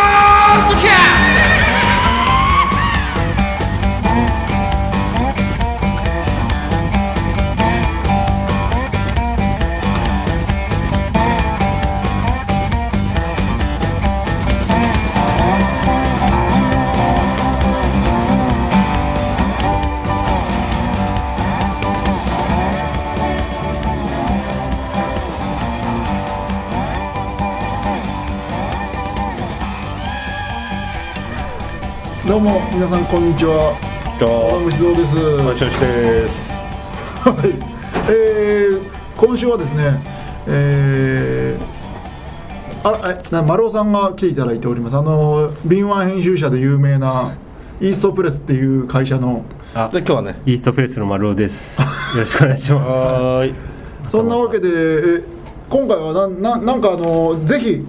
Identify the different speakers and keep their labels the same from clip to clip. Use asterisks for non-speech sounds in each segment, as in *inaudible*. Speaker 1: ッドキャス
Speaker 2: どうも皆さんこんにちは
Speaker 3: ど
Speaker 2: 川
Speaker 3: うも
Speaker 2: 口堂です、
Speaker 3: お調子です。
Speaker 2: はいえー今週はですねえーあらえな丸尾さんが来ていただいておりますあの敏腕編集者で有名なイーストプレスっていう会社の
Speaker 3: あ、で今日はね。
Speaker 4: イーストプレスの丸尾です。よろしくお願いしま
Speaker 3: はーい。
Speaker 2: そんなわけでえ今回はなんなんなんかあのぜひ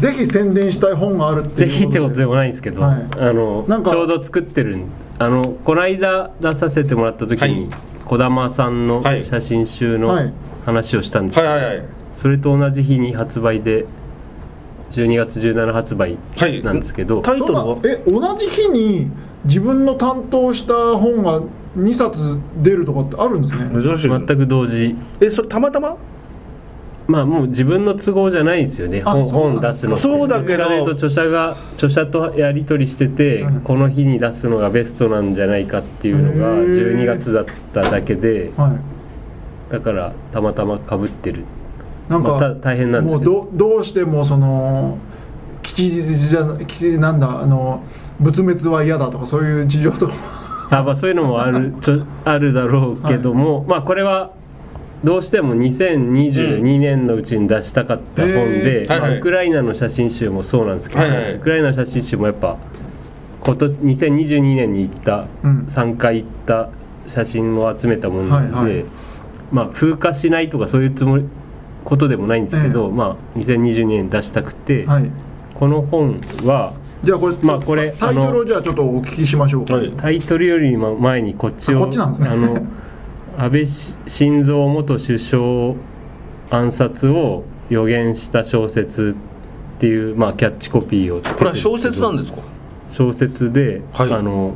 Speaker 2: ぜひ宣伝したい本があるっていう
Speaker 4: す。ぜひってことでもないんですけど、
Speaker 2: はい
Speaker 4: あの
Speaker 2: なんか
Speaker 4: ちょうど作ってるんあのこの間出させてもらった時に、
Speaker 3: はい
Speaker 4: 児玉さんの
Speaker 3: はい
Speaker 4: 写真集の
Speaker 2: はい
Speaker 4: 話をしたんですけ
Speaker 3: はい
Speaker 4: ど、
Speaker 3: はいはい。
Speaker 4: それと同じ日に発売で12月17発売
Speaker 3: はい
Speaker 4: なんですけど、
Speaker 3: タイト
Speaker 2: そ
Speaker 3: ル
Speaker 2: んな
Speaker 3: は
Speaker 2: え同じ日に自分の担当した本が2冊出るとかってあるんですね
Speaker 3: 珍しい。
Speaker 4: 全。く同時
Speaker 3: え、それたまたま？
Speaker 4: まあもう自分の都合じゃないんですよね
Speaker 2: あそ
Speaker 4: 本
Speaker 2: うなん
Speaker 4: 本
Speaker 2: だ
Speaker 4: 出すのって
Speaker 3: そうだけ
Speaker 4: ど
Speaker 3: ど
Speaker 4: ちらかというと著者が著者とやり取りしてて、
Speaker 2: うん
Speaker 4: この日に出すのがベストなんじゃないかっていうのが
Speaker 2: へー
Speaker 4: 12月だっただけで
Speaker 2: はい
Speaker 4: だからたまたまかぶってる
Speaker 2: なんか、
Speaker 4: また大変なんですけど
Speaker 2: もうどどうしてもその吉日じゃ吉なんだあの仏滅は嫌だとかそういう事情とか
Speaker 4: *laughs* あ、まあ、そういうのもあるちょあるだろうけども、まあこれはどうしても2022年のうちに出したかった本
Speaker 2: へ
Speaker 4: で、
Speaker 2: ー
Speaker 4: まあ
Speaker 3: はいはい
Speaker 4: ウクライナの写真集もそうなんですけど、
Speaker 3: はいはい
Speaker 4: ウクライナの写真集もやっぱ今年2022年に行った、
Speaker 2: うん
Speaker 4: 3回行った写真を集めたものなんで、
Speaker 2: はいはい
Speaker 4: まあ風化しないとかそういうつもりことでもないんですけど、
Speaker 2: え
Speaker 4: まあ2022年出したくて、
Speaker 2: はい
Speaker 4: この本は
Speaker 2: じゃあこれ
Speaker 4: まあこれ
Speaker 2: タイトルをじゃあちょっとお聞きしましょうか、
Speaker 3: はい。
Speaker 4: タイトルよりも前にこっち
Speaker 2: あ
Speaker 4: を
Speaker 2: こっちなんですね
Speaker 4: あの安倍し晋三元首相暗殺を予言した小説っていう、まあ、キャッチコピーをつけて
Speaker 3: これは小説なんですか？
Speaker 4: 小説で、
Speaker 3: はい
Speaker 4: あの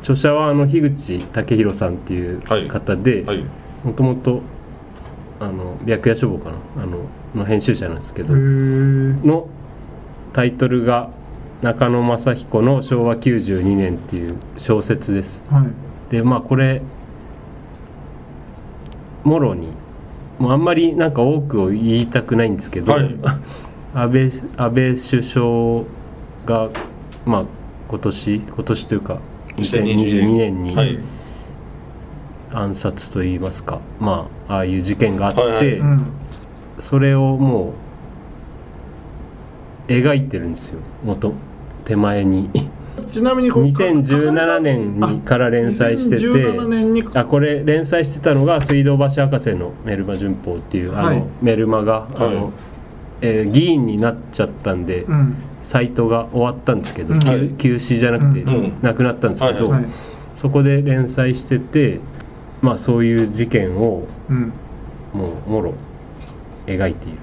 Speaker 4: 著者はあの樋口武弘さんっていう方で
Speaker 3: はい。
Speaker 4: もともとあの白夜書房かなあのの編集者なんですけど
Speaker 2: へー
Speaker 4: のタイトルが中野正彦の「昭和92年」っていう小説です。
Speaker 2: はい
Speaker 4: でまあこれもろにもうあんまりなんか多くを言いたくないんですけど、
Speaker 3: はい
Speaker 4: 安倍安倍首相がまあ今年今年というか2022年に
Speaker 3: はい。
Speaker 4: 暗殺といいますか、まあああいう事件があって、
Speaker 3: はいはい
Speaker 2: うん
Speaker 4: それをもう描いてるんですよ元手前に
Speaker 2: ちなみにこれ
Speaker 4: 2017年にから連載してて
Speaker 2: 2017年に
Speaker 4: あこれ連載してたのが水道橋博士の「メルマ旬報」っていうあの、
Speaker 2: はい
Speaker 4: メルマが、あ
Speaker 3: はい
Speaker 4: のえー議員になっちゃったんで、
Speaker 2: うん
Speaker 4: サイトが終わったんですけど、
Speaker 2: うん
Speaker 4: 休
Speaker 3: はい
Speaker 4: 休止じゃなくて、
Speaker 3: うんうん
Speaker 4: なくなったんですけど、
Speaker 3: う
Speaker 2: はい
Speaker 4: そこで連載してて、まあ、そういう事件を
Speaker 2: うん
Speaker 4: もうもろ描いている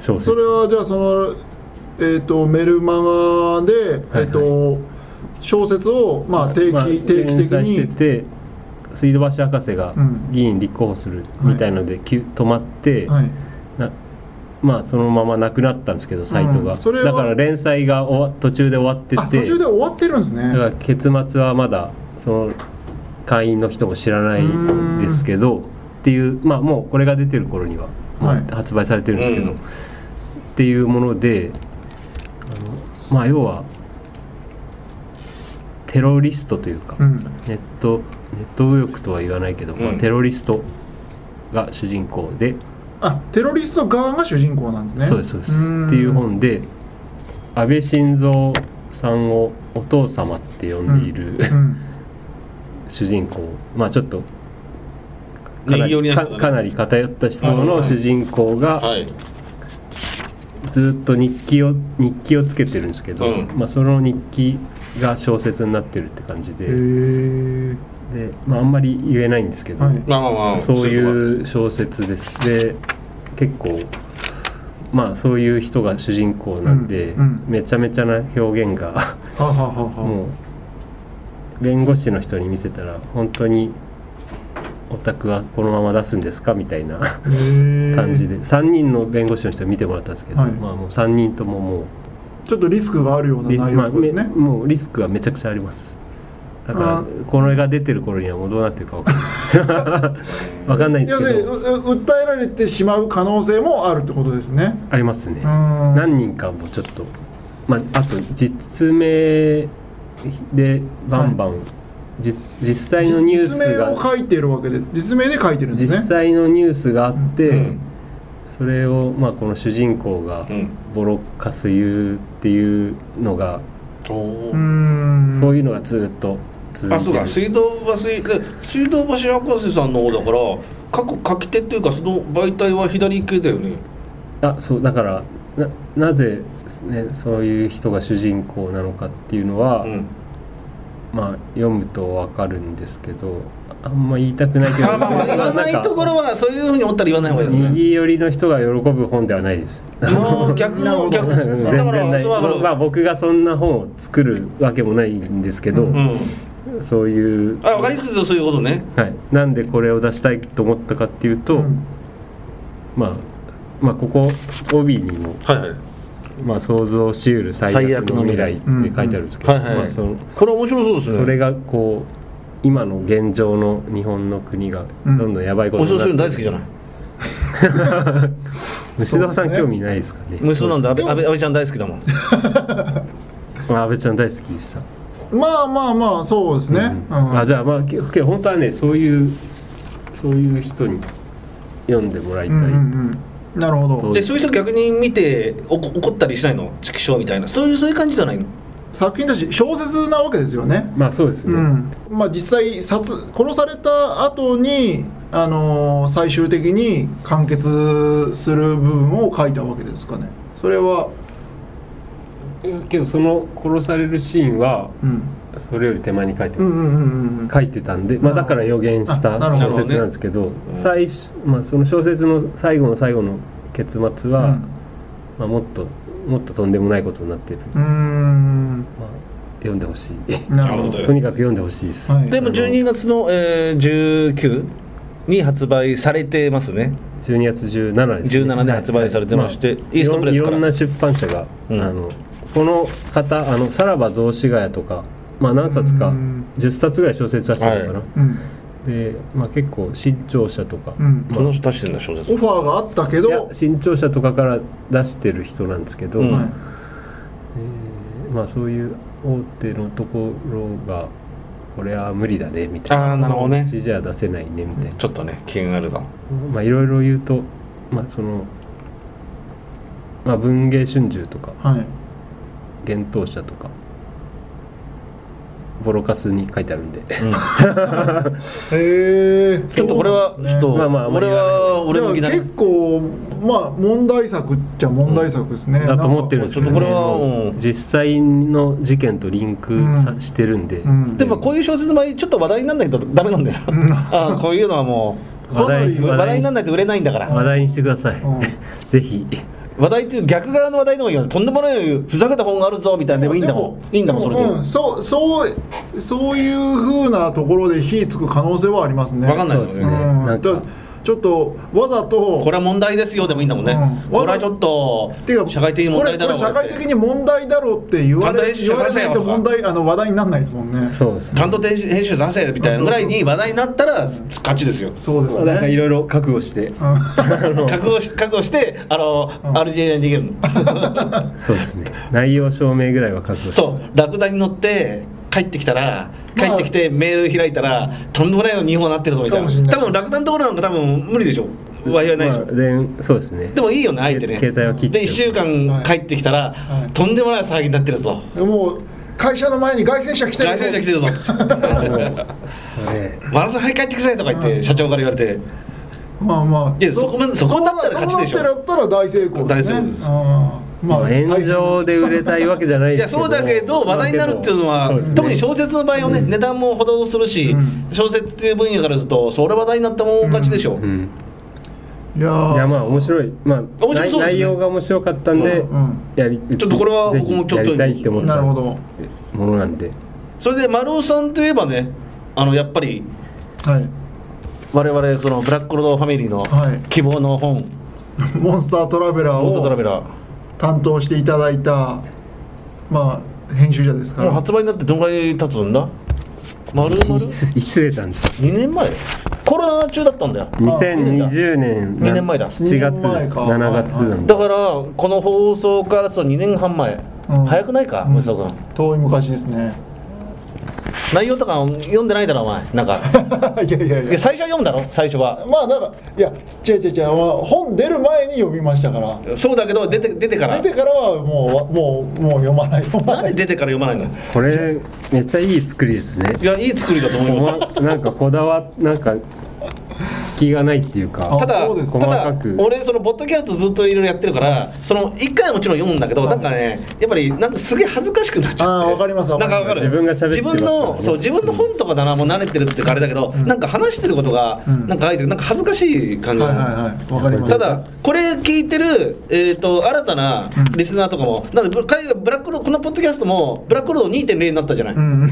Speaker 4: 小説
Speaker 2: それはじゃあそのえっ、とメルマガで、えっ、と小説をまあ定期、
Speaker 4: まあ
Speaker 2: 定期
Speaker 4: 連
Speaker 2: 的
Speaker 4: 載
Speaker 2: に
Speaker 4: してて水道橋博士が
Speaker 2: うん
Speaker 4: 議員立候補するみたいので、きゅ止まって、
Speaker 2: はい
Speaker 4: なまあそのままなくなったんですけどサイトが、
Speaker 2: うんそれは
Speaker 4: だから連載が終わ途中で終わって
Speaker 2: あ
Speaker 4: て
Speaker 2: 途中で終わってるんですね
Speaker 4: だから結末はまだその会員の人も知らないですけどっていうまあもうこれが出てる頃には、まあ
Speaker 2: はい
Speaker 4: 発売されてるんですけど、
Speaker 3: うん
Speaker 4: っていうものであのまあ要はテロリストというか、
Speaker 2: うん
Speaker 4: ネットネット右翼とは言わないけど、まあ
Speaker 3: うん
Speaker 4: テロリストが主人公で、
Speaker 2: あテロリスト側が主人公なんですね
Speaker 4: そうですそうです
Speaker 2: ん
Speaker 4: っていう本で安倍晋三さんをお父様って呼んでいる、
Speaker 2: うん
Speaker 4: 主人公まあちょっとかな
Speaker 3: 右寄り
Speaker 4: り
Speaker 3: な
Speaker 4: か
Speaker 3: 人だね
Speaker 4: かなり偏った思想
Speaker 3: あは
Speaker 4: の
Speaker 3: い
Speaker 4: 主人公が
Speaker 3: はい。
Speaker 4: ずっと日記を日記をつけてるんですけど、
Speaker 3: うん
Speaker 4: まあ、その日記が小説になってるって感じで
Speaker 2: へー
Speaker 4: で、まあ、あんまり言えないんですけど、
Speaker 2: はい
Speaker 3: まあまあまあ。
Speaker 4: そう
Speaker 3: うとこ
Speaker 4: いう小説ですで結構まあそういう人が主人公なんで、
Speaker 2: うんうん
Speaker 4: めちゃめちゃな表現が
Speaker 2: はあはあはあは
Speaker 4: もう弁護士の人に見せたら本当にオタクはこのまま出すんですかみたいな
Speaker 2: あへー
Speaker 4: 感じで、3人の弁護士の人に見てもらったんですけど、
Speaker 2: はい
Speaker 4: まあもう3人とももう
Speaker 2: ちょっとリスクがあるような
Speaker 4: で
Speaker 2: 内
Speaker 4: まあ
Speaker 2: 容です
Speaker 4: め
Speaker 2: ね、
Speaker 4: もうリスクはめちゃくちゃありますだ
Speaker 2: あ
Speaker 4: からこれが出てる頃にはもうどうなってるかわかんない
Speaker 2: *laughs*
Speaker 4: わかんないんで
Speaker 2: 要
Speaker 4: す
Speaker 2: す
Speaker 4: け
Speaker 2: るに
Speaker 4: ど
Speaker 2: うう訴えられてしまう可能性もあるってことですね
Speaker 4: ありますね
Speaker 2: うーん
Speaker 4: 何人かもちょっとまああと実名でバンバン、じ実際のニュース
Speaker 2: 実名を
Speaker 4: が
Speaker 2: 書いてるわけで実名で書いてるんですね
Speaker 4: 実際のニュースがあって、
Speaker 3: うん
Speaker 4: それをまあこの主人公が
Speaker 3: うん
Speaker 4: ボロカス言うっていうのが、
Speaker 3: おお
Speaker 2: うーん
Speaker 4: そういうのがずっと続い
Speaker 3: あ
Speaker 4: て
Speaker 3: そう
Speaker 4: る
Speaker 3: か水道橋で水道橋博士さんの方だから過去書き手っていうかその媒体は左系だよね
Speaker 4: あそうだからななぜ、ね、そういう人が主人公なのかっていうのは、
Speaker 3: うん
Speaker 4: まあ読むとわかるんですけどあんま言いたくないけど
Speaker 3: あまあまあ言わないところはそういうふうに思ったら言わない方がいいですね
Speaker 4: 右寄りの人が喜ぶ本ではないです。
Speaker 3: もう逆
Speaker 2: なるほ
Speaker 3: の
Speaker 2: ど
Speaker 3: 逆
Speaker 4: うん全
Speaker 3: だか
Speaker 4: 然な
Speaker 3: ら
Speaker 4: い、
Speaker 3: そうだから
Speaker 4: まあ、僕がそんな本を作るわけもないんですけど、
Speaker 2: う
Speaker 3: うん
Speaker 4: そういう
Speaker 3: あわかりにくいですよそういうことね
Speaker 4: はい、なんでこれを出したいと思ったかっていうと、
Speaker 2: うん
Speaker 4: まあ、まあここ帯にも
Speaker 3: はいはい
Speaker 4: まあ、想像しうる最悪の未来って書いてあるんですけど、
Speaker 3: 最悪の未来うんうん
Speaker 4: まあ、その
Speaker 3: これ面白そうですね
Speaker 4: それがこう今の現状の日本の国がど
Speaker 2: うん
Speaker 4: んどんやばいこ
Speaker 3: 面
Speaker 4: と
Speaker 3: 白そういう
Speaker 4: に
Speaker 3: の
Speaker 4: なっ
Speaker 3: 大好
Speaker 4: て
Speaker 3: きじゃない
Speaker 2: そう
Speaker 4: 虫澤さん
Speaker 2: ですね
Speaker 4: 興味ないですかね
Speaker 3: 無数なんだ安倍安倍安倍ちゃん大好きだもん
Speaker 4: まあ安倍ちゃん大好きでした、
Speaker 2: まあまあまあそうですね、
Speaker 4: うん
Speaker 2: うん
Speaker 4: あじゃあまあけけど本当はねそういうそういう人に読んでもらいた
Speaker 2: う
Speaker 4: い、
Speaker 2: んうんうんなるほど
Speaker 4: どう
Speaker 3: でそういう人逆に見ておこ怒ったりしないの畜生みたいなそういうそういう感じじゃないの
Speaker 2: 作品だし小説なわけですよね
Speaker 4: まあそうですね、
Speaker 2: うんまあ、実際殺殺された後にあのー最終的に完結する部分を書いたわけですかねそれは、
Speaker 4: けどその殺されるシーンは
Speaker 2: うん、
Speaker 4: それより手前に書いて
Speaker 2: うん
Speaker 4: ます、
Speaker 2: うんうんうん
Speaker 4: 書いてたんで、まあ、だから予言した
Speaker 2: あなるほ
Speaker 4: 小
Speaker 2: ど
Speaker 4: 説なんですけど
Speaker 3: うん
Speaker 4: 最初、まあ、その小説の最後の最後の結末は、まあ、もっともっととんでもないことになってる、ま
Speaker 2: うんう
Speaker 4: あ、読んでほしい
Speaker 2: *laughs* ーんなるほど
Speaker 3: なる
Speaker 4: とにかく読んでほしいです、
Speaker 2: はい
Speaker 3: でも12月の、えー、19に発売されてますね
Speaker 4: 12月17です、ね、
Speaker 3: 17で発売されてましてイーストプレス
Speaker 4: いろんい
Speaker 3: から
Speaker 4: ろんな出版社が、
Speaker 3: うん
Speaker 4: あのこの方あのさらば雑誌ヶ谷とか、まあ、何冊か
Speaker 2: うん
Speaker 4: 10冊ぐらい小説出してるのかな、
Speaker 3: は
Speaker 2: うん
Speaker 4: で、まあ、結構新潮社とか、
Speaker 2: うん
Speaker 4: まあ
Speaker 3: その人出してるんだ小説
Speaker 2: オファーがあったけ
Speaker 4: いや
Speaker 2: ど、
Speaker 4: 新潮社とかから出してる人なんですけど、
Speaker 3: うん
Speaker 2: はい
Speaker 4: えーまあそういう大手のところがこれは無理だねみたい
Speaker 3: ああ
Speaker 4: な
Speaker 3: なるほどね
Speaker 4: うちじゃ出せないねみたいな
Speaker 3: ちょっとね気になるぞ
Speaker 4: まあいろいろ言うとまあその、まあ、文藝春秋とか
Speaker 2: はい
Speaker 4: 幻冬舎とかボロカスに書いてあるんで
Speaker 2: へえ
Speaker 3: ちょっとこれはちょっと、
Speaker 4: まあまあ
Speaker 3: 俺は俺向き
Speaker 2: じゃ
Speaker 3: だ
Speaker 2: あ
Speaker 3: ね
Speaker 2: 結構まあ問題作っちゃ問題作ですね、
Speaker 4: *laughs* だと思ってるんですけど、ね、
Speaker 3: ちょっとこれはうん
Speaker 4: もう実際の事件とリンクさ、
Speaker 2: うん
Speaker 4: してるんで、
Speaker 2: うん
Speaker 3: でもこういう小説の場合ちょっと話題にならないとダメなんだよ
Speaker 2: うん
Speaker 3: ああこういうのはも
Speaker 2: かなり
Speaker 3: う話題にならないと売れないんだから
Speaker 4: 話題にしてください、
Speaker 2: うん
Speaker 4: *laughs* ぜひ
Speaker 3: 話題っていう逆側の話題の方がいいよとんでもないふざけた本があるぞみたいなでもいいんだもんいいんだもんそれで
Speaker 2: うん、そうそうそういうふうなところで火つく可能性はありますね
Speaker 3: わかんな
Speaker 4: そ
Speaker 3: い
Speaker 4: う
Speaker 3: よ
Speaker 4: です
Speaker 3: ね
Speaker 4: ね、
Speaker 2: うん
Speaker 4: なん
Speaker 2: だ
Speaker 4: か
Speaker 2: ちょっとわざと
Speaker 3: これは問題ですよでもいいんだもんね、
Speaker 2: うん
Speaker 3: これはちょっと
Speaker 2: ていうか
Speaker 3: 社会的に問題だろう
Speaker 2: これこれ社会
Speaker 3: これって
Speaker 2: 的に問題だろうって言わ
Speaker 3: 反対
Speaker 2: れ
Speaker 3: 意識
Speaker 2: 言われ
Speaker 3: 社会
Speaker 2: ない
Speaker 3: 性
Speaker 2: と
Speaker 3: とか
Speaker 2: 問題あの話題にならないですもんね
Speaker 4: そうです
Speaker 3: ち
Speaker 4: ね
Speaker 3: ゃんと編集編集出せみたいなぐらいに話題になったら勝ちですよ
Speaker 2: そうです
Speaker 4: なんかい
Speaker 2: ね
Speaker 4: ろいろ覚悟して
Speaker 2: うん
Speaker 3: 覚悟し覚悟してあの、アルジェリアに逃げる
Speaker 2: *laughs*
Speaker 3: の
Speaker 4: そうですね内容証明ぐらいは覚悟して
Speaker 3: そうラクダに乗って帰ってきたら帰ってきてメール開いたら、とんでもないの日本になってるぞみたい
Speaker 2: かも
Speaker 3: な
Speaker 2: しんない
Speaker 3: 多分ラクダのところなんか多分無理でしょわいはないでしょ、
Speaker 4: まあでそうですね
Speaker 3: でもいいよねあえてね
Speaker 4: 携帯は切って
Speaker 3: で1週間帰ってきたら、
Speaker 2: はい
Speaker 3: とんでもない騒ぎになってるぞ
Speaker 2: もう会社の前に凱旋者来てる
Speaker 3: 外線車来てるぞ
Speaker 2: *laughs*
Speaker 4: それ
Speaker 3: マラソン早く帰ってくださいとか言って、
Speaker 2: うん
Speaker 3: 社長から言われて
Speaker 2: まあまあ
Speaker 3: いやそこまでそこだったら勝ちでしょ
Speaker 2: そこだったら大成功ですね
Speaker 3: 大成功で
Speaker 2: うん
Speaker 3: す
Speaker 2: ま
Speaker 4: まあ炎上で売れたいわけじゃない
Speaker 3: い
Speaker 4: で
Speaker 3: や
Speaker 4: すけど
Speaker 3: そうだけど話題になるっていうのは、
Speaker 4: まあでもそうですね
Speaker 3: 特に小説の場合はね、値段もほどほどするし、
Speaker 2: うん
Speaker 3: 小説っていう分野からするとそれ話題になったもん勝ちでしょ、
Speaker 4: うん
Speaker 2: いやー
Speaker 4: いやまあ面白い、まあ、
Speaker 3: 白そうです
Speaker 4: 内
Speaker 3: ね
Speaker 4: 内容が面白かったんで、
Speaker 2: う
Speaker 4: やりち
Speaker 3: ちょっとこれは僕もちょ
Speaker 4: や
Speaker 3: っと
Speaker 4: りたいって思っ
Speaker 2: ん、な
Speaker 4: た
Speaker 2: るほ
Speaker 4: も
Speaker 2: ど
Speaker 4: のなんで
Speaker 3: それで丸尾さんといえばねあのやっぱり
Speaker 2: はい
Speaker 3: 我々そのブラックロードファミリーの
Speaker 2: はい
Speaker 3: 希望の本
Speaker 2: モンスタートラベ
Speaker 3: 「
Speaker 2: ラー
Speaker 3: オートトラベ
Speaker 2: を
Speaker 3: ラー」
Speaker 2: 担当していただいたまあ編集者です
Speaker 3: こ
Speaker 2: か
Speaker 3: れ
Speaker 2: ら
Speaker 3: 発売になってどのぐらい経つんだ丸
Speaker 2: *laughs*
Speaker 3: 々
Speaker 4: いついつ出たんですか
Speaker 3: 2年前コロナ中だったんだよ
Speaker 4: 2020年
Speaker 3: 二年前だ
Speaker 4: 7月
Speaker 2: 二年
Speaker 4: で
Speaker 2: 前
Speaker 4: す
Speaker 2: か
Speaker 4: 7月なんで
Speaker 3: だからこの放送からそう2年半前、
Speaker 2: うん
Speaker 3: 早くないか
Speaker 2: うん
Speaker 3: 武藤君
Speaker 2: 遠い昔ですね *laughs*
Speaker 3: 内容とか読んでないだろお前なんか
Speaker 2: いやいやい
Speaker 3: いや
Speaker 2: や
Speaker 3: 最初は読んだろ最初は
Speaker 2: まあなんかいや違う違う違う本出る前に読みましたから
Speaker 3: そうだけど出て出てから
Speaker 2: 出てからはもうもうもう読まない読ま
Speaker 3: なん
Speaker 2: な
Speaker 3: で
Speaker 2: い
Speaker 3: 出てから読まないの
Speaker 4: これめっちゃいい作りですね
Speaker 3: いやいい作りだと思います
Speaker 4: こまなんかこだわなんか隙がないっていう
Speaker 2: あ
Speaker 4: か
Speaker 3: ただ
Speaker 2: そうです
Speaker 3: た
Speaker 2: か
Speaker 3: だ
Speaker 4: 細かく
Speaker 3: 俺そのボットキャストずっといろいろやってるからその一回はもちろん読むんだけど
Speaker 2: はい
Speaker 3: なんかねやっぱりなんかすげえ恥ずかしくなっちゃって
Speaker 2: ああわかります
Speaker 3: な
Speaker 2: わ
Speaker 3: んか
Speaker 2: かります
Speaker 3: わかる
Speaker 4: 自分が喋ってます
Speaker 3: 自分
Speaker 4: から
Speaker 3: の
Speaker 4: ね
Speaker 3: そう自分の本とかだなもう慣れてるっていうかあれだけどなんか話してることが
Speaker 2: うん
Speaker 3: なんかあえてなんか恥ずかしい感じ
Speaker 2: はいはいはいわかります
Speaker 3: ただこれ聞いてる、えー、と新たなリスナーとかも、なんでブ海外ブラックローこのポッドキャストもブラックロード2.0になったじゃない、
Speaker 2: うん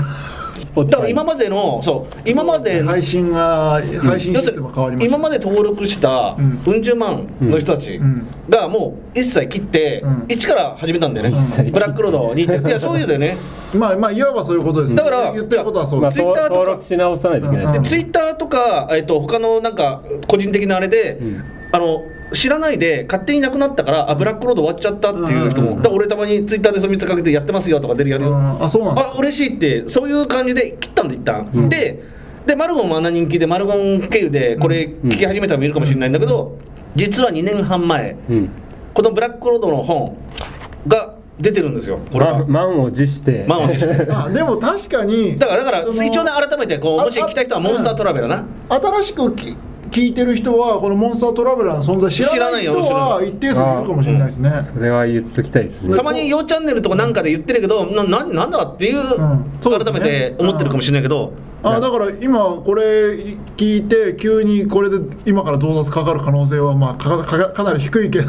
Speaker 3: だから今までのそう今までの
Speaker 2: 配信が配信システムが変わりました
Speaker 3: 今まで登録した
Speaker 2: うん
Speaker 3: うん十万の人たち
Speaker 2: うん
Speaker 3: がもう一切切って
Speaker 2: うん
Speaker 3: 一から始めたんだよね、
Speaker 2: 一切切って
Speaker 3: ブラックロード2.0いやそういうだよね
Speaker 2: まあまあいわばそういうことですね
Speaker 3: だから
Speaker 2: 言ってることはそう
Speaker 4: まあ、
Speaker 2: です
Speaker 3: ツイッターとか
Speaker 4: 登録し直さないといけないですね
Speaker 2: うん
Speaker 3: ツイッターとか、えっと他のなんか個人的なあれで、
Speaker 4: うん
Speaker 3: あの知らないで勝手になくなったからあブラックロード終わっちゃったっていう人
Speaker 2: うんうんうんうん
Speaker 3: も、だから俺たまにツイッターでそれ見つかけてやってますよとか出るやるよ、
Speaker 2: うんあそうなんだ
Speaker 3: あ嬉しいってそういう感じで切ったんで一旦、
Speaker 4: うん
Speaker 3: ででマルゴンもあんな人気でマルゴン経由でこれ聞き始めたら見るかもしれないんだけど、実は2年半前
Speaker 4: うん
Speaker 3: このブラックロードの本が出てるんですよこれ
Speaker 4: ま
Speaker 3: は
Speaker 4: 満を持して
Speaker 3: 満を持
Speaker 2: *laughs*
Speaker 3: して
Speaker 2: まあでも確かに
Speaker 3: だからだから
Speaker 2: その
Speaker 3: 一応ね改めてこう
Speaker 2: あ
Speaker 3: もし来た人はモンスタートラベラーな、
Speaker 2: 新しくき聞いてる人はこのモンスタートラベラーの存在知
Speaker 3: 知
Speaker 2: ら
Speaker 3: らな
Speaker 2: ないい
Speaker 3: よ
Speaker 2: 人は一定数いるかもしれないですね
Speaker 4: それは言っときたいですね
Speaker 3: たまに「ようチャンネル」とかなんかで言ってるけどなななんだってい
Speaker 2: ん
Speaker 3: う,、
Speaker 2: そうですね
Speaker 3: 改めて思ってるかもしれないけど、
Speaker 2: あだから今これ聞いて急にこれで今から増刷かかる可能性はまあかかかかかなり低いけ
Speaker 4: *laughs*
Speaker 2: ど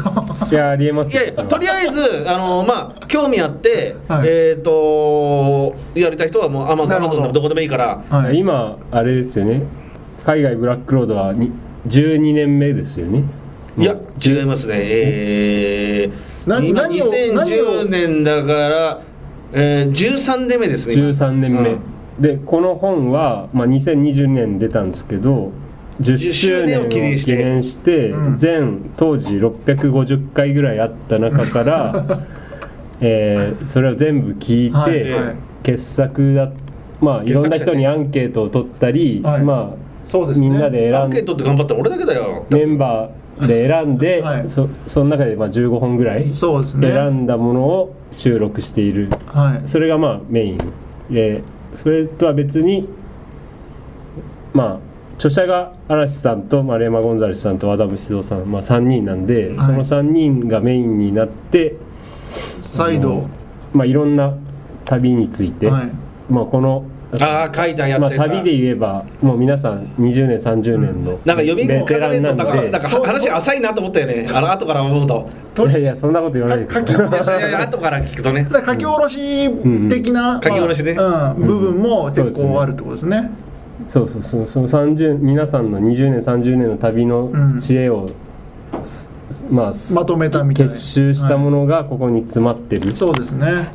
Speaker 4: いやありえます
Speaker 3: いやいやとり
Speaker 4: あ
Speaker 3: あえずあのまあ興味あって、
Speaker 2: はい
Speaker 3: えっ、とやりたい人はもうアマゾ
Speaker 2: な
Speaker 3: ン
Speaker 2: るほど
Speaker 3: でもどこでもいいから
Speaker 2: はい
Speaker 4: 今あれですよね海外ブラックロードはに12年目ですよね
Speaker 3: いや
Speaker 4: もう
Speaker 3: 違いますねえー、
Speaker 2: な
Speaker 3: 今
Speaker 2: 何を何を
Speaker 3: 2010年だから、えー、13年目ですね今
Speaker 4: 13年目、
Speaker 3: うん
Speaker 4: でこの本は、まあ、2020年出たんですけど10周年を記念して
Speaker 2: うん
Speaker 4: 全当時650回ぐらいあった中
Speaker 2: *laughs*
Speaker 4: から、えーそれを全部聞いて、
Speaker 2: はいはい
Speaker 4: 傑作だまあいろんな人にアンケートを取ったり、
Speaker 2: はい
Speaker 4: ま
Speaker 2: そう
Speaker 4: あ、
Speaker 2: ですね
Speaker 4: みんなで
Speaker 3: ア
Speaker 4: 選
Speaker 3: ン
Speaker 4: ん
Speaker 3: ケートって頑張ったの俺だけだよ
Speaker 4: メンバーで選んで、
Speaker 2: はい
Speaker 4: そその中でまあ15本ぐらい選
Speaker 2: そうですね
Speaker 4: んだものを収録している
Speaker 2: はい
Speaker 4: それがまあメインでそれとは別にまあ著者が嵐さんと丸山ゴンザレスさんと和田節三さん、まあ、3人なんで、
Speaker 2: はい
Speaker 4: その3人がメインになって、
Speaker 2: 再
Speaker 4: あ
Speaker 2: 度
Speaker 4: のまあ、いろんな旅について、
Speaker 2: はい
Speaker 4: まあ、この
Speaker 3: ああ階段や
Speaker 4: ま
Speaker 3: っ
Speaker 4: あ、
Speaker 3: てた、
Speaker 4: 旅で言えばもう皆さん20年30年の
Speaker 3: なんか呼び
Speaker 4: ベ
Speaker 3: 込
Speaker 4: テ
Speaker 3: か
Speaker 4: ラ
Speaker 3: され
Speaker 4: ンな
Speaker 3: ると
Speaker 4: ん
Speaker 3: なんかなん
Speaker 4: で
Speaker 3: か話が浅いなと思ったよねあの後から思うと。
Speaker 2: と
Speaker 4: いやいやそんなこと言わないでくだ
Speaker 2: か
Speaker 4: さい
Speaker 3: いやいや
Speaker 2: *laughs*
Speaker 3: 後から聞くとね
Speaker 2: だから書き下ろし的な、
Speaker 3: ん書き下ろしね
Speaker 2: まあうん、部分も結
Speaker 4: そうですね
Speaker 2: 構あるってことですね。
Speaker 4: そうそうそうその30皆さんの20年30年の旅の知恵を、すまあす
Speaker 2: まとめたみたいな
Speaker 4: 結集したものがここに詰まってる、
Speaker 2: そうですね。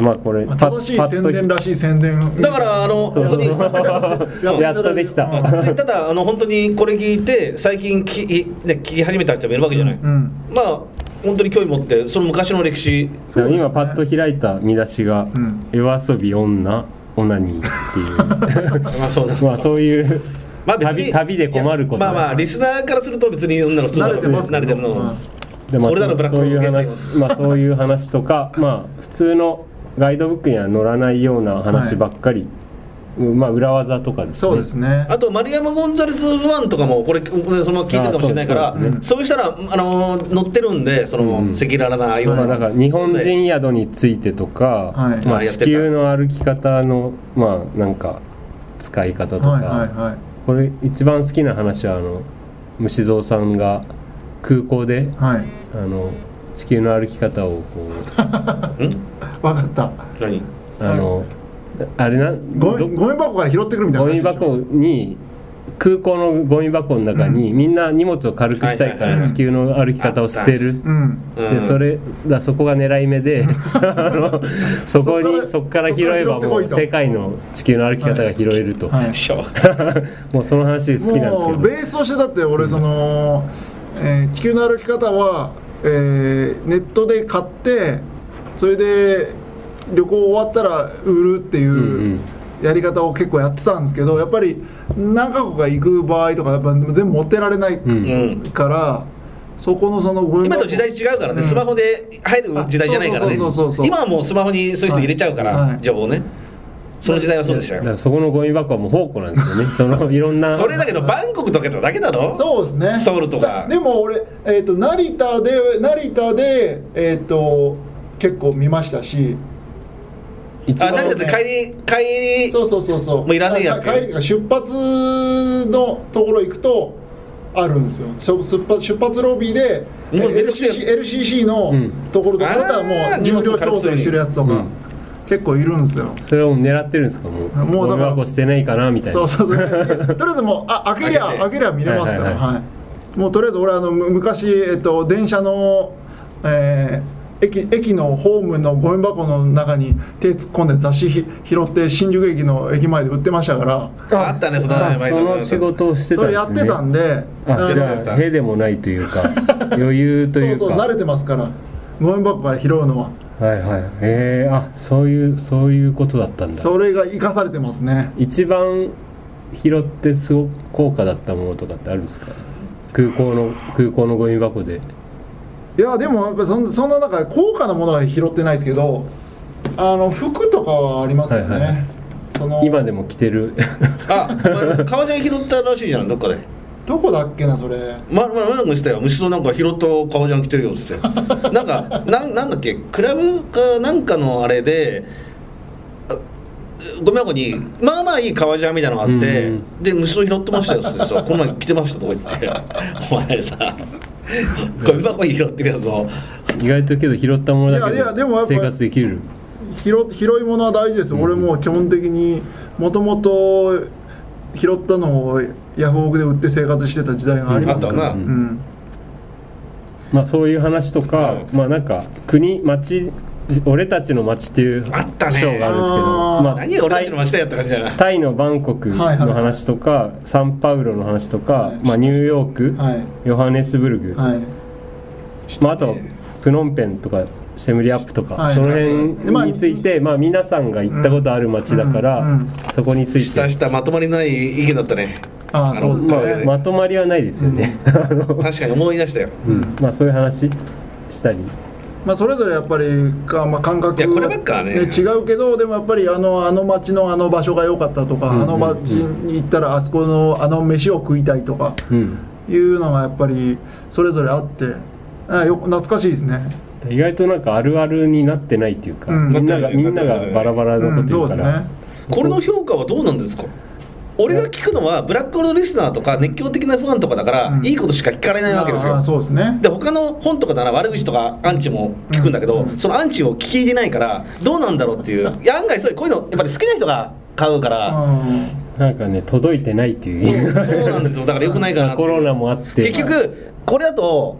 Speaker 4: まあこれ
Speaker 2: まあ正しい宣伝らしい宣伝。
Speaker 3: だからあの
Speaker 4: そう
Speaker 3: 本
Speaker 4: そ
Speaker 3: 当
Speaker 4: う
Speaker 3: に
Speaker 4: そ
Speaker 2: *laughs*
Speaker 4: うやっとできた、 *laughs*
Speaker 2: うん
Speaker 3: で *laughs* ただあの本当にこれ聞いて最近聞き,、ね、聞き始めた人もいるわけじゃない、
Speaker 2: うん。
Speaker 3: まあ本当に興味持ってその昔の歴史
Speaker 2: そうですね
Speaker 4: 今パッと開いた見出しが「
Speaker 2: うん
Speaker 4: 夜遊び女オナニー」っていう
Speaker 3: まあそ
Speaker 2: *laughs*
Speaker 3: うだ
Speaker 4: まあそういう
Speaker 3: まあ別に
Speaker 4: 旅旅で困ること
Speaker 3: いやまあまあリスナーからすると別に女の普通だ
Speaker 2: 慣れてますけど
Speaker 3: 慣れてるの、
Speaker 2: うん
Speaker 4: でまあ
Speaker 3: 俺らのブラック
Speaker 4: そういう
Speaker 3: ホール
Speaker 4: 話、まあ、そういう話とか *laughs* まあ普通のガイドブックには載らないような話ばっかり、うんまあ裏技とかですね
Speaker 2: そうですね。
Speaker 3: あと丸山ゴンザレスファンとかもこれそのまま聞いてるかもしれないか
Speaker 4: あ
Speaker 3: ら
Speaker 4: そう
Speaker 3: そ
Speaker 4: で
Speaker 3: う,、
Speaker 4: す
Speaker 2: ね
Speaker 3: したらあの載ってるんでその
Speaker 4: うん
Speaker 3: 赤裸々ないろん
Speaker 4: ま
Speaker 3: な
Speaker 4: あ、なんか日本人宿についてとか、
Speaker 2: はい
Speaker 4: まあ、
Speaker 3: あやって
Speaker 4: 地
Speaker 3: た
Speaker 4: 球の歩き方のまあなんか使い方とか、
Speaker 2: はいはいはい。
Speaker 4: これ一番好きな話はあの虫蔵さんが空港で
Speaker 2: はい
Speaker 4: あの地球の歩き方をこ
Speaker 2: *laughs*
Speaker 4: う
Speaker 3: ん
Speaker 2: 分かった
Speaker 3: 何
Speaker 4: あのあれな
Speaker 2: ゴ
Speaker 4: ど
Speaker 2: ミゴミ箱から拾ってくるみたいな
Speaker 4: ゴ
Speaker 2: 話で
Speaker 4: ミ
Speaker 2: しょ
Speaker 4: 箱に空港のゴミ箱の中にみんな荷物を軽くしたいか
Speaker 3: はいはい
Speaker 4: ら
Speaker 2: はい
Speaker 4: 地球の歩き方を捨てる。
Speaker 2: うん
Speaker 3: うん
Speaker 4: でそれだそこが狙い目であのそこに
Speaker 2: そ
Speaker 4: そ
Speaker 2: こ
Speaker 4: こ
Speaker 2: か
Speaker 4: からら拾えば
Speaker 2: そこから拾って
Speaker 4: も
Speaker 2: こいうと
Speaker 4: 世界の地球の歩き方が拾えると、
Speaker 2: はい
Speaker 3: でしょ
Speaker 4: *laughs* もうその話 *laughs* 好きなんですけ
Speaker 2: も
Speaker 4: ど
Speaker 2: うベースとしてだって俺その、えー地球の歩き方は、えーネットで買ってそれで旅行終わったら売るっていう、
Speaker 4: うん
Speaker 2: やり方を結構やってたんですけどやっぱり何カ国か行く場合とかやっぱ全部持ってられない
Speaker 4: うん
Speaker 3: うん
Speaker 2: から、そこのそのゴミ
Speaker 3: 今
Speaker 2: 箱
Speaker 3: と時代違うからね、
Speaker 2: うん
Speaker 3: スマホで入る時代じゃないからね
Speaker 2: あそうそうそうそう
Speaker 3: 今はもうスマホにそういう人入れちゃうから、
Speaker 2: はい
Speaker 3: 情報をねその時代はそうでした
Speaker 4: だか
Speaker 3: よ
Speaker 4: らそこのゴミ箱はもう宝庫なんですよねそのいろんな
Speaker 3: それだけどバンコクとかだけだろ
Speaker 2: そうですね
Speaker 3: ソウルとか
Speaker 2: だでも俺、えー、と成田で成田で、えー、と結構見ましたし
Speaker 4: 一
Speaker 3: あ
Speaker 4: 番
Speaker 3: だけど帰り帰り
Speaker 2: そうそうそうそう
Speaker 3: もういらねえやって
Speaker 2: か帰りとか出発のところ行くとあるんですよ出出発出発ロビーで、え
Speaker 3: もうめん
Speaker 2: ー
Speaker 3: どくせえ
Speaker 2: LCC, LCC の
Speaker 4: うん
Speaker 2: ところとかだったら
Speaker 3: あー
Speaker 2: もう
Speaker 3: 荷
Speaker 2: 重
Speaker 3: 物
Speaker 2: 量
Speaker 3: 軽く
Speaker 2: 調
Speaker 3: する
Speaker 2: 整してるやつとか、
Speaker 4: うん
Speaker 2: 結構いるんですよ
Speaker 4: それを狙ってるんですかもう
Speaker 2: もうだ
Speaker 4: ゴ
Speaker 2: か
Speaker 4: ミ
Speaker 2: ら
Speaker 4: 箱捨てないかなみたい
Speaker 2: そ
Speaker 4: な
Speaker 2: うそうとりあ
Speaker 4: *laughs*
Speaker 2: えずもうあ開けりゃ
Speaker 3: 開けて
Speaker 2: 開けりゃ見れますから
Speaker 4: は
Speaker 2: はいい
Speaker 4: はいはい
Speaker 2: もうとりあえず俺あのむ昔、えっと、電車の、えー駅駅のホームのゴミ箱の中に手突っ込んで雑誌ひ拾って新宿駅の駅前で売ってましたから
Speaker 3: あったねその
Speaker 4: あ
Speaker 3: 前
Speaker 4: その仕事をして
Speaker 2: そ
Speaker 4: たん
Speaker 2: れ
Speaker 4: で
Speaker 2: や
Speaker 4: す
Speaker 2: っ
Speaker 4: ね
Speaker 2: てたんで
Speaker 4: あじゃあへでもないという
Speaker 2: *laughs*
Speaker 4: か余裕というか
Speaker 2: そうそう慣れてますからゴミ箱から拾うのは
Speaker 4: はいはいえー、あそういうそういうことだったんだ
Speaker 2: それが生かされてますね
Speaker 4: 一番拾ってすごく高価だったものとかってあるんですか空港の空港のゴミ箱で
Speaker 2: いやでもやっぱそんそんな中高価なものは拾ってないですけどあの服とかはありますよね、
Speaker 4: はいはい
Speaker 2: その
Speaker 4: 今でも着て
Speaker 2: *laughs*
Speaker 4: る
Speaker 3: あお前革ジャン拾ったらしいじゃんどっかで
Speaker 2: どこだっけなそれ
Speaker 3: ま、ま、まなくしたよ虫となんか拾った革ジャン着てるよっつって
Speaker 4: *laughs*
Speaker 3: なんかなんなんだっけクラブかなんかのあれであゴミ箱にまあまあいい革ジャンみたいなのがあって、
Speaker 4: うんう
Speaker 3: で虫と拾ってましたよっつってさこの前着てましたとか言
Speaker 4: *laughs*
Speaker 3: ってお前さゴミ箱に拾ってるやつを
Speaker 4: 意外とけど拾ったものだけ
Speaker 2: いやいやでもや
Speaker 4: ど
Speaker 2: っぱり
Speaker 4: 生活できる
Speaker 2: 拾広いものは大事ですよ、俺もう基本的にもともと拾ったのをヤフオクで売って生活してた時代がありますか
Speaker 3: あ
Speaker 2: ら、
Speaker 3: っ
Speaker 2: う、
Speaker 3: たなん
Speaker 4: まあそういう話とか、
Speaker 3: うん
Speaker 4: まあなんか国町俺たちの町っていう章が
Speaker 3: あ
Speaker 4: あ
Speaker 3: ったね
Speaker 4: るんですけど
Speaker 2: あー
Speaker 4: まあ
Speaker 3: 何が俺たちの街だよって感じだな
Speaker 4: タイのバンコクの話とか、サンパウロの話とか、
Speaker 2: はい
Speaker 4: まあ、ニューヨーク、
Speaker 2: はい
Speaker 4: ヨハネスブルグ、
Speaker 2: はい
Speaker 4: まあ、あとプノンペンとかシェムリアップとか、
Speaker 2: はい
Speaker 4: その
Speaker 2: でまあ
Speaker 4: 辺について、まあ、皆さんが行ったことある街だから、
Speaker 2: うんうん
Speaker 4: そこについ
Speaker 3: 下
Speaker 4: て、
Speaker 3: 下まとまりない意見だったね
Speaker 2: あ
Speaker 3: あ
Speaker 2: あ
Speaker 3: の
Speaker 2: そうです
Speaker 4: まあ
Speaker 2: ね、、
Speaker 4: まとまりはないですよね、 *laughs* あの
Speaker 3: 確かに思い出したよ
Speaker 4: うんまあ、そういう話したり
Speaker 2: まあ、それぞれやっぱりか、まあ、感覚
Speaker 3: いやこればっかはね
Speaker 2: 違うけどでもやっぱりあのあの町のあの場所が良かったとか、
Speaker 4: うんうんうん
Speaker 2: あの町に行ったらあそこのあの飯を食いたいとか
Speaker 4: うん
Speaker 2: いうのがやっぱりそれぞれあってあよ懐かしいですね
Speaker 4: 意外となんかあるあるになってないっていうか、
Speaker 2: うん
Speaker 4: みんなが
Speaker 3: なって
Speaker 4: み
Speaker 3: ない
Speaker 4: んながバラバラ
Speaker 2: う
Speaker 4: のこ
Speaker 2: んそ
Speaker 4: と
Speaker 2: う
Speaker 4: 言
Speaker 2: で
Speaker 4: う
Speaker 2: すね
Speaker 4: から、
Speaker 3: これの評価はどうなんですか俺が聞くのはブラックホールリスナーとか熱狂的なファンとかだから、
Speaker 2: うん
Speaker 3: いいことしか聞かれないわけです
Speaker 2: ああ
Speaker 3: よ
Speaker 2: そうですね
Speaker 3: で他の本とかなら悪口とかアンチも聞くんだけど、
Speaker 2: うん
Speaker 3: そのアンチを聞き入れないからどうなんだろうっていういや案外そういうこういうのやっぱり好きな人が買うから、
Speaker 2: うん
Speaker 4: なんかね届いてないっていう
Speaker 3: そうなんですよだからよくないかなって
Speaker 4: コロナもあって
Speaker 3: 結局これだと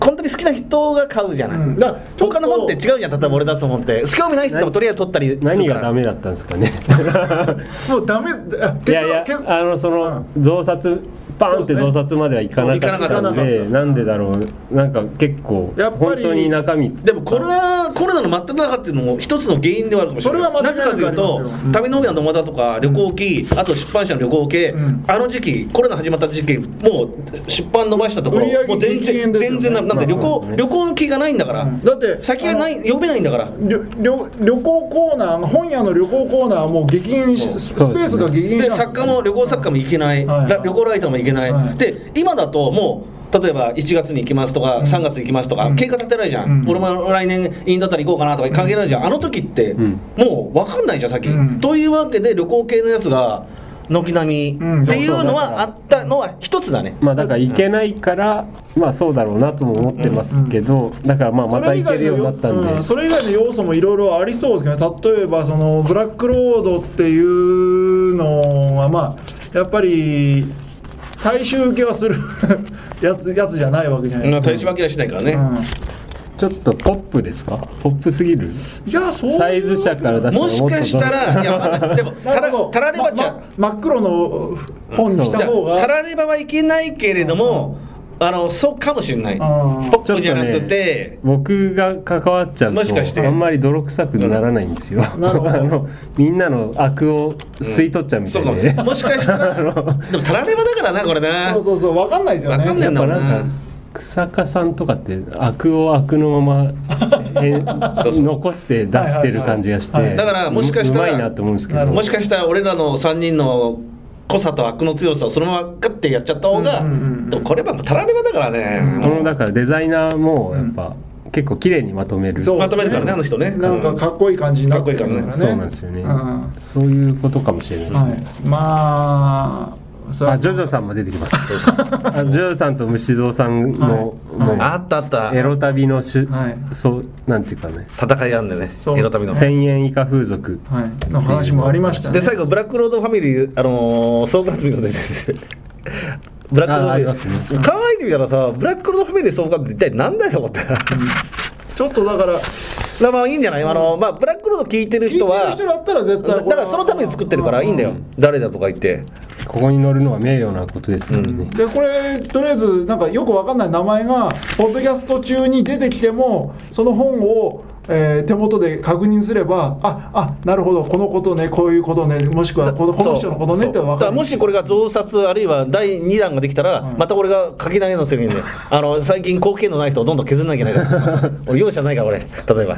Speaker 3: 本当に好きな人が買うじゃない、
Speaker 2: うんだからちょっと
Speaker 3: 他の本って違うじゃん例えば俺出す本って興味ない人でもとりあえず取ったりするから
Speaker 4: 何がダメだったんですかね
Speaker 2: もうダメだ
Speaker 4: いやいや
Speaker 2: けどけど
Speaker 4: あのその増刷パンって増刷まではいかなかったん
Speaker 2: そう
Speaker 4: で
Speaker 2: ですね
Speaker 4: なんでだろうなんか結構
Speaker 2: やっぱり
Speaker 4: 本当に中身
Speaker 3: でもコロナコロナの真っ只中っていうのも一つの原因ではあるかもしれない
Speaker 2: それは間違
Speaker 3: ないぜ
Speaker 2: なく
Speaker 3: かという
Speaker 2: あ
Speaker 3: と
Speaker 2: りますようん
Speaker 3: 旅の親の友達とか旅行期、あと出版社の旅行系、
Speaker 2: うん
Speaker 3: あの時期コロナ始まった時期もう出版伸ばしたとこ
Speaker 2: 売り上
Speaker 3: ろ
Speaker 2: げ
Speaker 3: もう全
Speaker 2: 激減
Speaker 3: 然
Speaker 2: ですよ
Speaker 3: 全
Speaker 2: ね
Speaker 3: 然ななんで
Speaker 4: ま
Speaker 3: 旅
Speaker 4: あそう
Speaker 3: 行、
Speaker 4: ですね
Speaker 3: 旅行の気がないんだから、
Speaker 2: だって
Speaker 3: 先がない読めないんだから
Speaker 2: 旅旅旅行コーナー本屋の旅行コーナーはもう激減しスペ
Speaker 4: そうですね
Speaker 2: ースが激減
Speaker 3: で
Speaker 2: したん
Speaker 3: 作家も旅行作家も行けない、
Speaker 2: はい
Speaker 3: ら旅行ライターも行けない、
Speaker 2: はい
Speaker 3: で今だともう例えば1月に行きますとか、
Speaker 2: うん
Speaker 3: 3月に行きますとか、
Speaker 2: うん
Speaker 3: 計画立てないじゃん、
Speaker 2: うん
Speaker 3: 俺も来年インドあたり行こうかなとか関係ないじゃん、あの時って、
Speaker 4: ん
Speaker 3: もう分かんないじゃん先、
Speaker 2: うん
Speaker 3: というわけで旅行系のやつが軒並み、
Speaker 2: うん
Speaker 3: っていうの
Speaker 4: そうそう
Speaker 3: はあったのは一つだね、
Speaker 4: まあだから行けないから、まあそうだろうなとも思ってますけど、だからまあまた行けるようになったんで、
Speaker 2: うんそれ以外の要素もいろいろありそうですけどね例えばそのブラックロードっていうのはまあやっぱり大衆受けはする *laughs* やつやつじゃないわけじゃない
Speaker 3: うん、大し分けはしないからね、
Speaker 2: う
Speaker 4: ちょっとポップですか？ポップすぎる？
Speaker 2: ん、いやそう
Speaker 4: サイズ社から出したら
Speaker 3: もしかしたらいやまあで
Speaker 2: *laughs*
Speaker 3: もたらたらればちゃ、
Speaker 2: まま真っ黒の本にし
Speaker 3: じ
Speaker 2: た
Speaker 3: ゃ
Speaker 2: 方
Speaker 3: あ
Speaker 2: が
Speaker 3: たらればはいけないけれども、あのそうかもしれない、
Speaker 2: うん
Speaker 3: ポップじゃなくて、
Speaker 4: 僕が関わっちゃう
Speaker 3: もしかして
Speaker 4: とあんまり泥臭くならないん
Speaker 3: *laughs*
Speaker 4: ですよ。あ
Speaker 2: なるほど
Speaker 4: のみんなの悪を吸い取っちゃうみた
Speaker 3: そう
Speaker 4: い
Speaker 3: かも
Speaker 4: で。
Speaker 3: もしかした
Speaker 2: *laughs*
Speaker 3: らでもたらればだからなこれな
Speaker 2: そうそうそうわかんないですよね
Speaker 3: わかんない
Speaker 4: やっぱな
Speaker 3: うんん
Speaker 4: か草加さんとかって悪を悪のままえ
Speaker 3: *laughs* そうそう
Speaker 4: 残して出してる感じがし
Speaker 2: はいは
Speaker 4: て
Speaker 2: い
Speaker 3: だからもしかしたら
Speaker 4: ううまいなと思うんですけ
Speaker 2: な
Speaker 4: ど
Speaker 2: るほど
Speaker 3: もしかしたら俺らの3人の濃さと悪の強さをそのままガッてやっちゃった方が、
Speaker 2: うんうんうん
Speaker 3: でもこれはたらればだからね、
Speaker 2: うん
Speaker 4: このだからデザイナーもやっぱ結構綺麗にまとめる、
Speaker 2: そう
Speaker 4: そう
Speaker 3: まとめるからねあの人ね
Speaker 2: なんかかっこいい感じになってます
Speaker 3: かっこいい
Speaker 4: そうなんですよね
Speaker 2: うん
Speaker 4: いうことかもしれないですね、
Speaker 2: はい、まあ、それは
Speaker 4: あジョジョさんも出てきますあジョジョさんと虫蔵さんの、
Speaker 2: はい
Speaker 4: もう
Speaker 3: あったあった
Speaker 4: エロ旅のしゅ、
Speaker 2: はい
Speaker 4: そうなんていうかね
Speaker 3: 戦いがあるんだよね
Speaker 2: そう
Speaker 3: エロ旅の
Speaker 4: 1000円以下風俗
Speaker 2: はい、の話もありましたね。
Speaker 3: で最後ブラックロードファミリーあのー、総括みたいなの出て
Speaker 2: *laughs*
Speaker 3: てブラックロード
Speaker 4: あありますね
Speaker 3: 考えてみたらさブラックロードファミリー総括って一体何だよと思ったら
Speaker 2: ちょっとだから、
Speaker 3: まあいいんじゃない、あのまあブラックロード聞いてる
Speaker 2: 聞いて
Speaker 3: 人
Speaker 2: る
Speaker 3: は
Speaker 2: 人だったら絶対これ
Speaker 3: だ
Speaker 2: は、
Speaker 3: だからそのために作ってるからいいんだよ、
Speaker 2: う
Speaker 3: 誰だとか言って
Speaker 4: ここに乗るのは名誉なことですからね、
Speaker 3: うん
Speaker 2: でこれとりあえずなんかよくわかんない名前がポッドキャスト中に出てきてもその本を、えー手元で確認すればああなるほどこのことねこういうことねもしくはこのこの人のことねって
Speaker 3: そう
Speaker 2: わ
Speaker 3: だ
Speaker 2: からる
Speaker 3: もしこれが増刷あるいは第2弾ができたら、
Speaker 2: うん
Speaker 3: また俺が書き投げのせるんであの最近貢献のない人をどんどん削らなきゃいけないから俺容赦ないから俺例えば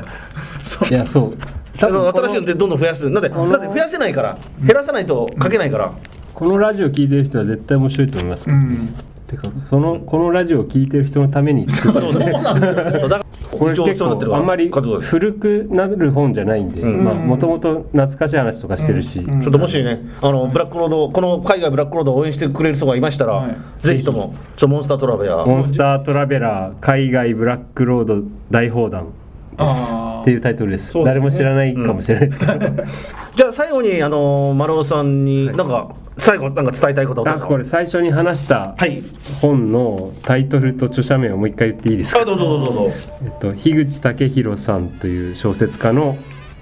Speaker 4: いやそう多
Speaker 3: 多
Speaker 4: 分
Speaker 3: 分
Speaker 4: この
Speaker 3: 新しいのってどんどん増やすなんでだ
Speaker 4: この
Speaker 3: って増やせないから減らさないと書けないから、
Speaker 4: このラジオ聞いてる人は絶対面白いと思いますけ
Speaker 2: う
Speaker 4: ど、
Speaker 2: ん、
Speaker 4: てかそのこのラジオを聞いてる人のために
Speaker 3: *laughs*
Speaker 4: 作った
Speaker 3: そうなんですよだから
Speaker 4: これ
Speaker 3: 一応
Speaker 4: 結
Speaker 3: そうなってる
Speaker 4: 構
Speaker 3: わ
Speaker 4: あんまり
Speaker 3: 活動です
Speaker 4: 古くなる本じゃないんで
Speaker 3: うん
Speaker 4: もともと懐かしい話とかしてるし、
Speaker 2: うんうん
Speaker 3: ちょっともしね、あのブラックロード、この海外ブラックロードを応援してくれる人がいましたら、
Speaker 2: はい
Speaker 3: ぜひとも、ちょモンスタートラベラ
Speaker 4: モ
Speaker 3: ー、
Speaker 4: ンスタートラベラー海外ブラックロード大砲弾」です
Speaker 2: あー
Speaker 4: っていうタイトルです
Speaker 2: そうですね
Speaker 4: 誰も知らないかもしれないですけど、 *laughs*
Speaker 3: じゃあ最後に、あの丸尾さんに、なんか、最後、なんか伝えたいことはどう
Speaker 4: あ
Speaker 3: ですか
Speaker 4: これ最初に話した
Speaker 3: はい、
Speaker 4: 本のタイトルと著者名をもう一回言っていいですか
Speaker 3: あ、どうぞどうぞどうぞ、
Speaker 4: えっと、樋口武弘さんという小説家の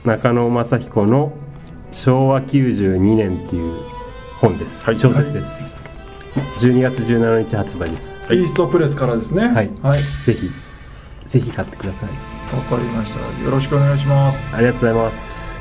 Speaker 4: 中野正彦の「昭和92年」っていう本です、
Speaker 3: はい
Speaker 4: 小説です、12月17日発売です
Speaker 2: イーストプレスからですね
Speaker 4: はい
Speaker 2: はい、
Speaker 4: ぜひぜひ買ってください
Speaker 2: わかりましたよろしくお願いします
Speaker 4: ありがとうございます